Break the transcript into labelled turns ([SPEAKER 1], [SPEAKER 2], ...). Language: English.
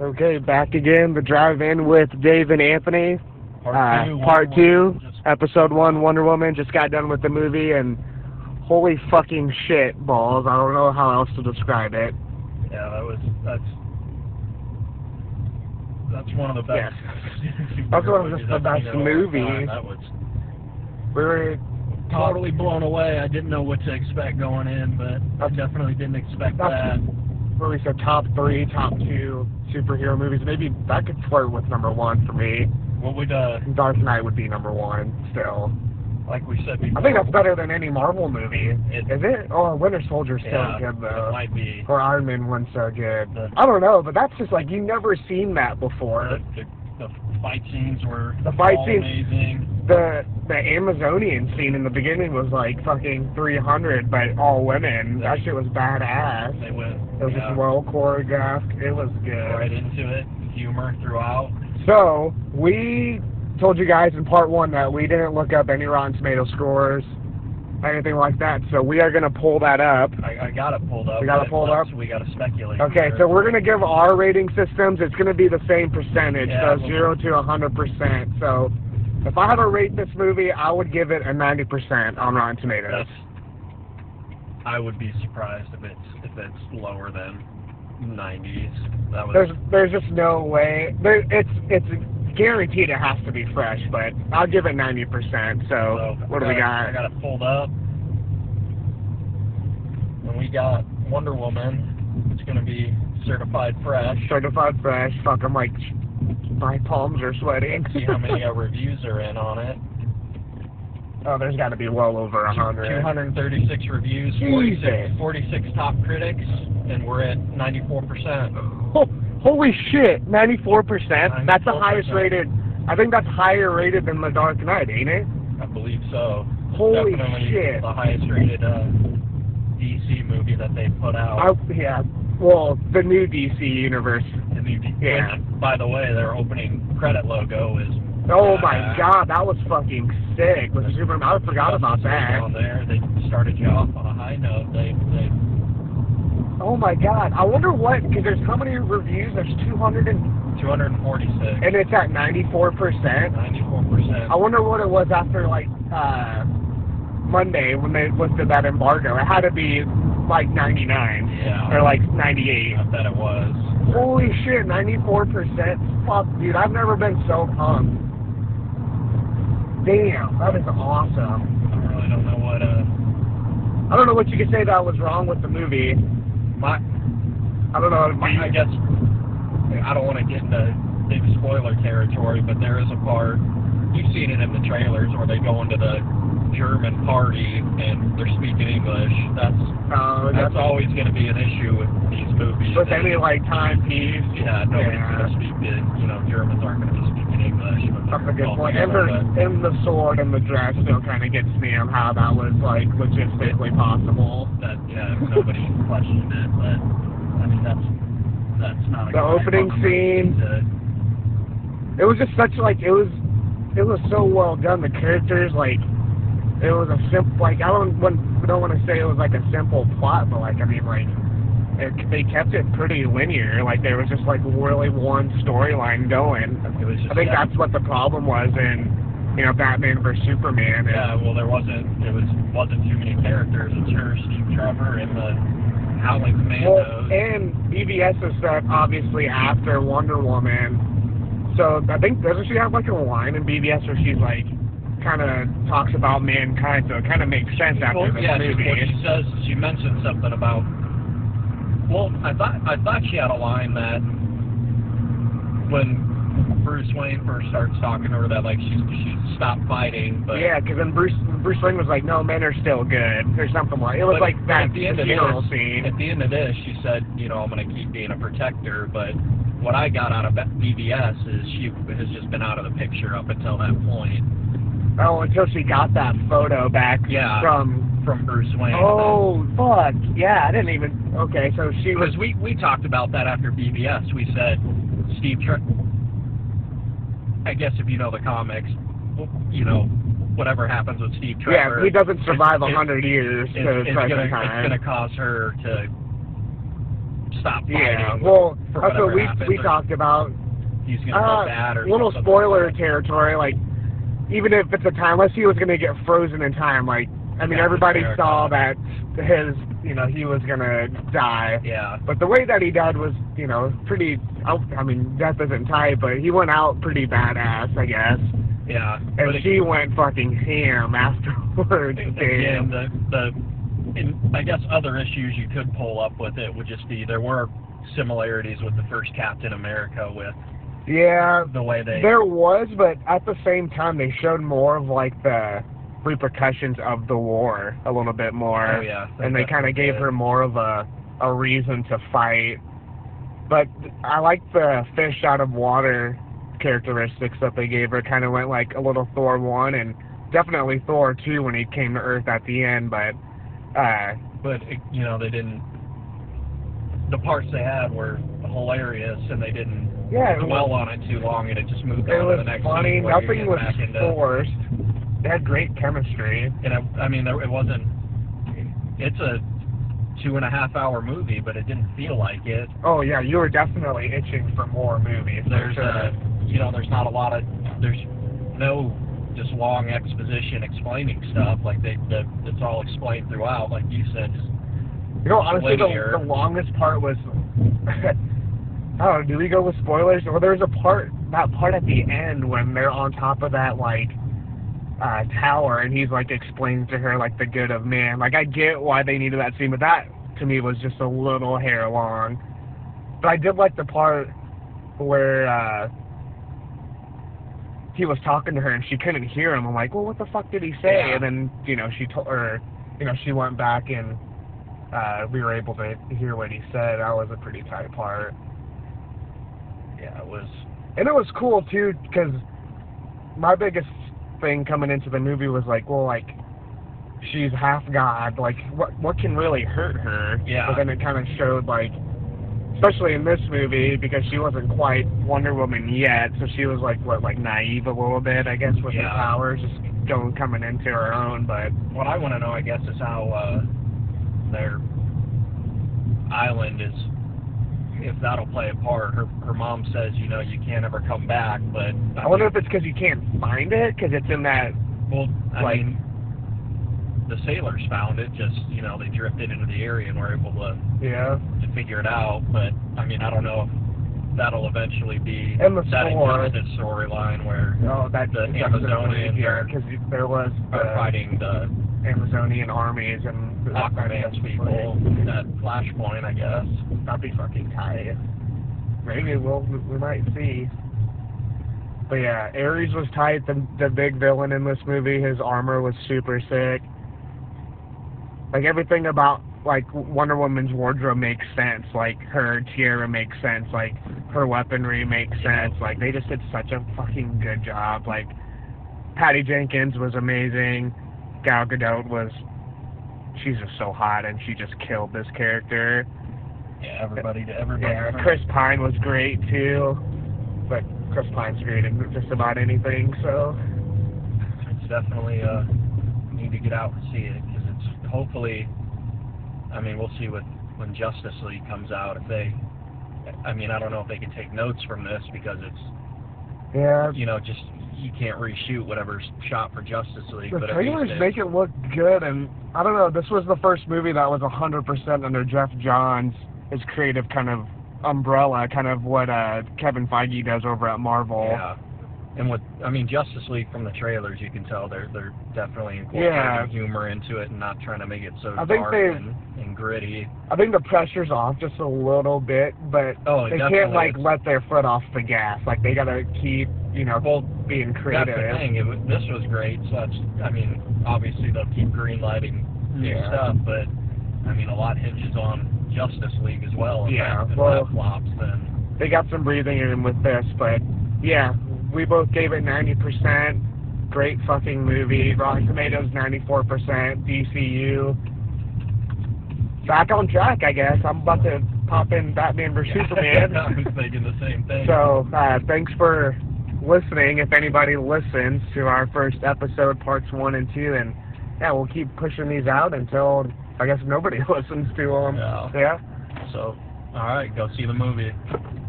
[SPEAKER 1] Okay, back again. The drive in with Dave and Anthony.
[SPEAKER 2] Part
[SPEAKER 1] Uh,
[SPEAKER 2] two.
[SPEAKER 1] part
[SPEAKER 2] Wonder
[SPEAKER 1] two.
[SPEAKER 2] Woman. Just-
[SPEAKER 1] Episode one, Wonder Woman. Just got done with the movie, and holy fucking shit balls. I don't know how else to describe it.
[SPEAKER 2] yeah, that was that's that's one of the best.
[SPEAKER 1] That's one of the
[SPEAKER 2] superhero movies I've
[SPEAKER 1] best
[SPEAKER 2] seen in a long time.
[SPEAKER 1] movies.
[SPEAKER 2] That was
[SPEAKER 1] We were
[SPEAKER 2] totally blown away. I didn't know what to expect going in, but I definitely didn't expect
[SPEAKER 1] That's-
[SPEAKER 2] that.
[SPEAKER 1] what we said top three, top two superhero movies. Maybe that could flirt with number one for me.
[SPEAKER 2] What would uh
[SPEAKER 1] Dark Knight would be number one still.
[SPEAKER 2] like we said before?
[SPEAKER 1] I think that's better than any Marvel movie. Is
[SPEAKER 2] It-
[SPEAKER 1] it? Oh, Winter Soldier's so
[SPEAKER 2] yeah,
[SPEAKER 1] good
[SPEAKER 2] It
[SPEAKER 1] though.
[SPEAKER 2] might be.
[SPEAKER 1] Or Iron Man one's so good.
[SPEAKER 2] The-
[SPEAKER 1] I don't know, but that's just like you've never seen that before.
[SPEAKER 2] The, the, the fight scenes were
[SPEAKER 1] The fight
[SPEAKER 2] all
[SPEAKER 1] scenes-
[SPEAKER 2] amazing.
[SPEAKER 1] The the Amazonian scene in the beginning was like fucking 300, but all women. That shit was badass.
[SPEAKER 2] They went
[SPEAKER 1] It was
[SPEAKER 2] yeah,
[SPEAKER 1] just well choreographed. It was good.
[SPEAKER 2] right into it, humor throughout.
[SPEAKER 1] So we told you guys in part one that we didn't look up any Rotten Tomato scores, anything like that. So we are gonna pull that up.
[SPEAKER 2] I, I got it pulled up.
[SPEAKER 1] We got it
[SPEAKER 2] but
[SPEAKER 1] pulled
[SPEAKER 2] plus
[SPEAKER 1] up?
[SPEAKER 2] We got to speculate.
[SPEAKER 1] Okay,
[SPEAKER 2] here.
[SPEAKER 1] so we're gonna give our rating systems. It's gonna be the same percentage,
[SPEAKER 2] Yeah.
[SPEAKER 1] so zero to a hundred percent. So if I had to rate this movie, I would give it a ninety percent on Rotten Tomatoes.
[SPEAKER 2] That's, I would be surprised if it's if it's lower than 90s. That was
[SPEAKER 1] There's there's just no way. There, it's it's guaranteed it has to be fresh, but I'll give it ninety percent. So
[SPEAKER 2] So,
[SPEAKER 1] what do we
[SPEAKER 2] I
[SPEAKER 1] got?
[SPEAKER 2] got it pulled up. And we got Wonder Woman. It's going to be certified fresh.
[SPEAKER 1] certified fresh. Fuck, I'm like, my palms are sweating.
[SPEAKER 2] See how many uh, reviews are in on it.
[SPEAKER 1] oh, there's got to be well over a hundred.
[SPEAKER 2] 236 reviews, 46, 46 top critics, and we're at 94%.
[SPEAKER 1] Holy shit, 94%. That's the highest
[SPEAKER 2] 94%.
[SPEAKER 1] rated. I think that's higher rated than The Dark Knight, ain't it?
[SPEAKER 2] I believe so.
[SPEAKER 1] Holy
[SPEAKER 2] Definitely
[SPEAKER 1] shit.
[SPEAKER 2] the highest rated uh, DC movie that they put out.
[SPEAKER 1] I, yeah. Well, the new DC universe.
[SPEAKER 2] And you-
[SPEAKER 1] Yeah.
[SPEAKER 2] Which, by the way, their opening credit logo is.
[SPEAKER 1] Oh
[SPEAKER 2] uh,
[SPEAKER 1] my god, that was fucking sick. With Superman, I forgot about that.
[SPEAKER 2] On there, they started you off on a high note. They, they
[SPEAKER 1] Oh my god, I wonder what because there's how many reviews? There's 200 and,
[SPEAKER 2] 246,
[SPEAKER 1] and it's at 94 percent.
[SPEAKER 2] 94 percent.
[SPEAKER 1] I wonder what it was after like uh Monday when they lifted that embargo. It had to be like 99
[SPEAKER 2] Yeah,
[SPEAKER 1] or like 98.
[SPEAKER 2] I bet it was.
[SPEAKER 1] Holy shit, 94 percent. Fuck, dude, I've never been so pumped. Damn, that is awesome.
[SPEAKER 2] I really don't know what. Uh,
[SPEAKER 1] I don't know what you could say that was wrong with the movie.
[SPEAKER 2] my,
[SPEAKER 1] I don't know.
[SPEAKER 2] my, I guess I don't want to get into big spoiler territory, but there is a part you've seen it in the trailers where they go into the German party and they're speaking English. That's
[SPEAKER 1] uh,
[SPEAKER 2] That's always going to be an issue with these movies.
[SPEAKER 1] With any like timepiece.
[SPEAKER 2] yeah, nobody's
[SPEAKER 1] Yeah.
[SPEAKER 2] going to speak in, you know, Germans aren't going to be speaking English. but
[SPEAKER 1] That's a good
[SPEAKER 2] all
[SPEAKER 1] point. And
[SPEAKER 2] together,
[SPEAKER 1] the, and the sword and the dress still kind of gets me on how that was like logistically possible.
[SPEAKER 2] but That, yeah, nobody questioned it, but, I mean, that's, that's not a
[SPEAKER 1] The
[SPEAKER 2] good
[SPEAKER 1] opening
[SPEAKER 2] fucking
[SPEAKER 1] scene.
[SPEAKER 2] to-
[SPEAKER 1] it was just such like it was it was so well done. The characters like it was a simple like I don't want don't want to say it was like a simple plot, but like I mean like it, they kept it pretty linear. Like there was just like really one storyline going.
[SPEAKER 2] It was just,
[SPEAKER 1] I think
[SPEAKER 2] yeah,
[SPEAKER 1] that's what the problem was in you know Batman versus Superman. And,
[SPEAKER 2] Yeah, well, there wasn't, it was, wasn't too many characters. It's her, Steve Trevor, and the Howling
[SPEAKER 1] Well,
[SPEAKER 2] Commandos.
[SPEAKER 1] and BBS is set obviously after Wonder Woman. So I think doesn't she have like a line in BBS where she's like kind of talks about mankind? So it kind of makes sense after
[SPEAKER 2] Well,
[SPEAKER 1] this
[SPEAKER 2] yeah,
[SPEAKER 1] movie.
[SPEAKER 2] She, well, she says she mentioned something about. Well, I thought I thought she had a line that when Bruce Wayne first starts talking to her that like she she stopped fighting, but
[SPEAKER 1] Yeah, 'cause then Bruce Bruce Wayne was like, "No, men are still good," or something like. It was
[SPEAKER 2] but
[SPEAKER 1] like that
[SPEAKER 2] at the end of
[SPEAKER 1] funeral
[SPEAKER 2] this,
[SPEAKER 1] scene.
[SPEAKER 2] At the end of this, she said, you know, I'm gonna keep being a protector, but what I got out of BBS is she has just been out of the picture up until that point
[SPEAKER 1] Oh, until she got that photo back
[SPEAKER 2] Yeah.
[SPEAKER 1] from.
[SPEAKER 2] from Bruce Wayne.
[SPEAKER 1] Oh fuck! Yeah, I didn't even. Okay, so she was.
[SPEAKER 2] Because we we talked about that after BBS. We said Steve. Tre- I guess if you know the comics, you know whatever happens with Steve Trevor.
[SPEAKER 1] Yeah, he doesn't survive a
[SPEAKER 2] It's-
[SPEAKER 1] hundred years
[SPEAKER 2] it's,
[SPEAKER 1] to
[SPEAKER 2] it's
[SPEAKER 1] present
[SPEAKER 2] gonna it's
[SPEAKER 1] time.
[SPEAKER 2] gonna cause her to stop fighting.
[SPEAKER 1] Yeah, well,
[SPEAKER 2] for
[SPEAKER 1] that's what
[SPEAKER 2] whatever
[SPEAKER 1] we
[SPEAKER 2] happens,
[SPEAKER 1] we
[SPEAKER 2] or
[SPEAKER 1] talked about.
[SPEAKER 2] He's gonna
[SPEAKER 1] Uh,
[SPEAKER 2] get that or
[SPEAKER 1] little
[SPEAKER 2] something
[SPEAKER 1] spoiler
[SPEAKER 2] Like
[SPEAKER 1] territory. Like, even if it's a time, let's see was gonna get frozen in time. Like, I mean,
[SPEAKER 2] Yeah,
[SPEAKER 1] everybody
[SPEAKER 2] fair
[SPEAKER 1] saw that his, you know, he was gonna die.
[SPEAKER 2] that. Yeah.
[SPEAKER 1] But the way that he died was, you know, pretty. oh, I- I mean, death isn't tight, but he went out pretty badass, I guess.
[SPEAKER 2] Yeah.
[SPEAKER 1] And
[SPEAKER 2] but it-
[SPEAKER 1] she went fucking ham afterwards.
[SPEAKER 2] again,
[SPEAKER 1] Damn.
[SPEAKER 2] the the in, I guess other issues you could pull up with it would just be there were similarities with the first Captain America with
[SPEAKER 1] Yeah,
[SPEAKER 2] the way they
[SPEAKER 1] there was, but at the same time, they showed more of like the repercussions of the war a little bit more.
[SPEAKER 2] oh yeah
[SPEAKER 1] and they kind of gave her more of a a reason to fight. But I like the fish out of water characteristics that they gave her. Kind of went like a little Thor one and definitely Thor two when he came to Earth at the end. But uh,
[SPEAKER 2] but it- you know they didn't the parts they had were hilarious and they didn't
[SPEAKER 1] yeah, it was,
[SPEAKER 2] dwell on it too long and it just moved
[SPEAKER 1] it
[SPEAKER 2] on to
[SPEAKER 1] was
[SPEAKER 2] the next
[SPEAKER 1] funny.
[SPEAKER 2] scene where you
[SPEAKER 1] Nothing
[SPEAKER 2] get
[SPEAKER 1] was
[SPEAKER 2] back into,
[SPEAKER 1] forced. They had great chemistry.
[SPEAKER 2] and I, I mean there, it wasn't it's a two and a half hour movie but it didn't feel like it
[SPEAKER 1] Oh yeah, you were definitely itching for more movies. for
[SPEAKER 2] there's
[SPEAKER 1] sure.
[SPEAKER 2] uh you know there's not a lot of there's no just long exposition explaining stuff like they that that's all explained throughout like you said just
[SPEAKER 1] You know, honestly,
[SPEAKER 2] linear.
[SPEAKER 1] the, the longest part was. I don't know. Do we go with spoilers? Well, there's a part, that part at the end when they're on top of that like uh, tower, and he's like explains to her like the good of man. Like I get why they needed that scene, but that to me was just a little hair long. But I did like the part where uh, he was talking to her and she couldn't hear him. I'm like, well, what the fuck did he say?
[SPEAKER 2] Yeah.
[SPEAKER 1] And then you know she told her, you know she went back and uh, we were able to hear what he said. That was a pretty tight part,
[SPEAKER 2] yeah it was
[SPEAKER 1] and it was cool too because my biggest thing coming into the movie was like, well, like she's half god. Like, what what can really hurt her?
[SPEAKER 2] Yeah.
[SPEAKER 1] But then it kind of showed like, especially in this movie because she wasn't quite Wonder Woman yet, so she was like what like naive a little bit, I guess, with
[SPEAKER 2] Yeah.
[SPEAKER 1] her powers, just going coming into her own. But
[SPEAKER 2] what I want to know, I guess, is how uh, their island is. If that'll play a part, her her mom says, you know, you can't ever come back. But
[SPEAKER 1] I wonder if it's because you can't find it because it's in that
[SPEAKER 2] well, I
[SPEAKER 1] like-
[SPEAKER 2] mean, the sailors found it. Just you know, they drifted into the area and were able to
[SPEAKER 1] yeah.
[SPEAKER 2] to figure it out. But I mean, I don't know if that'll eventually be
[SPEAKER 1] And the
[SPEAKER 2] that
[SPEAKER 1] store.
[SPEAKER 2] injustice storyline where
[SPEAKER 1] Oh, that
[SPEAKER 2] The
[SPEAKER 1] that's
[SPEAKER 2] Amazonian
[SPEAKER 1] yeah, because there was
[SPEAKER 2] they're
[SPEAKER 1] the
[SPEAKER 2] fighting the
[SPEAKER 1] Amazonian armies and the
[SPEAKER 2] Aquaman's people at Flashpoint, I guess.
[SPEAKER 1] That'd be fucking tight. Maybe we'll we might see. But yeah, Ares was tight. The the big villain in this movie, his armor was super sick. Like everything about like Wonder Woman's wardrobe makes sense. Like her tiara makes sense. Like her weaponry makes sense. Like they just did such a fucking good job. Like Patty Jenkins was amazing. Gal Gadot was. She's just so hot, and she just killed this character.
[SPEAKER 2] Yeah, everybody to everybody.
[SPEAKER 1] Yeah, Chris Pine was great too, but Chris Pine's great in just about anything. So
[SPEAKER 2] it's definitely uh need to get out and see it because it's hopefully i mean we'll see what when justice league comes out if they i mean i don't know if they can take notes from this because it's
[SPEAKER 1] yeah,
[SPEAKER 2] you know just you can't reshoot whatever's shot for justice league
[SPEAKER 1] the
[SPEAKER 2] but at
[SPEAKER 1] trailers
[SPEAKER 2] least it-
[SPEAKER 1] make it look good, and I don't know. This was the first movie that was 100% under Jeff Johns' his creative kind of umbrella, kind of what uh, Kevin Feige does over at Marvel.
[SPEAKER 2] yeah and with i mean justice league from the trailers you can tell they're they're definitely incorporating
[SPEAKER 1] Yeah.
[SPEAKER 2] humor into it and not trying to make it so
[SPEAKER 1] I think
[SPEAKER 2] dark
[SPEAKER 1] they-
[SPEAKER 2] and, and gritty
[SPEAKER 1] I think the pressure's off just a little bit, but
[SPEAKER 2] oh it
[SPEAKER 1] they
[SPEAKER 2] definitely
[SPEAKER 1] can't like
[SPEAKER 2] is.
[SPEAKER 1] let their foot off the gas. Like they gotta keep you know
[SPEAKER 2] well
[SPEAKER 1] being
[SPEAKER 2] That's the
[SPEAKER 1] creative.
[SPEAKER 2] thing. It was, this was great. So that's, I mean, obviously they'll keep green lighting new
[SPEAKER 1] Yeah.
[SPEAKER 2] stuff, but I mean, a lot hinges on Justice League as well. If
[SPEAKER 1] Yeah,
[SPEAKER 2] That, if
[SPEAKER 1] well-
[SPEAKER 2] that flops, then
[SPEAKER 1] they got some breathing room with this, but yeah, we both gave it 90%. Great fucking movie. Rotten Tomatoes 94%. DCU. Back on track, I guess. I'm about to pop in Batman vs
[SPEAKER 2] I was
[SPEAKER 1] Superman.
[SPEAKER 2] thinking the same thing.
[SPEAKER 1] so uh, thanks for listening. If anybody listens to our first episode, parts one and two, and yeah, we'll keep pushing these out until I guess nobody listens to them.
[SPEAKER 2] Yeah.
[SPEAKER 1] Yeah.
[SPEAKER 2] So, All right, go see the movie.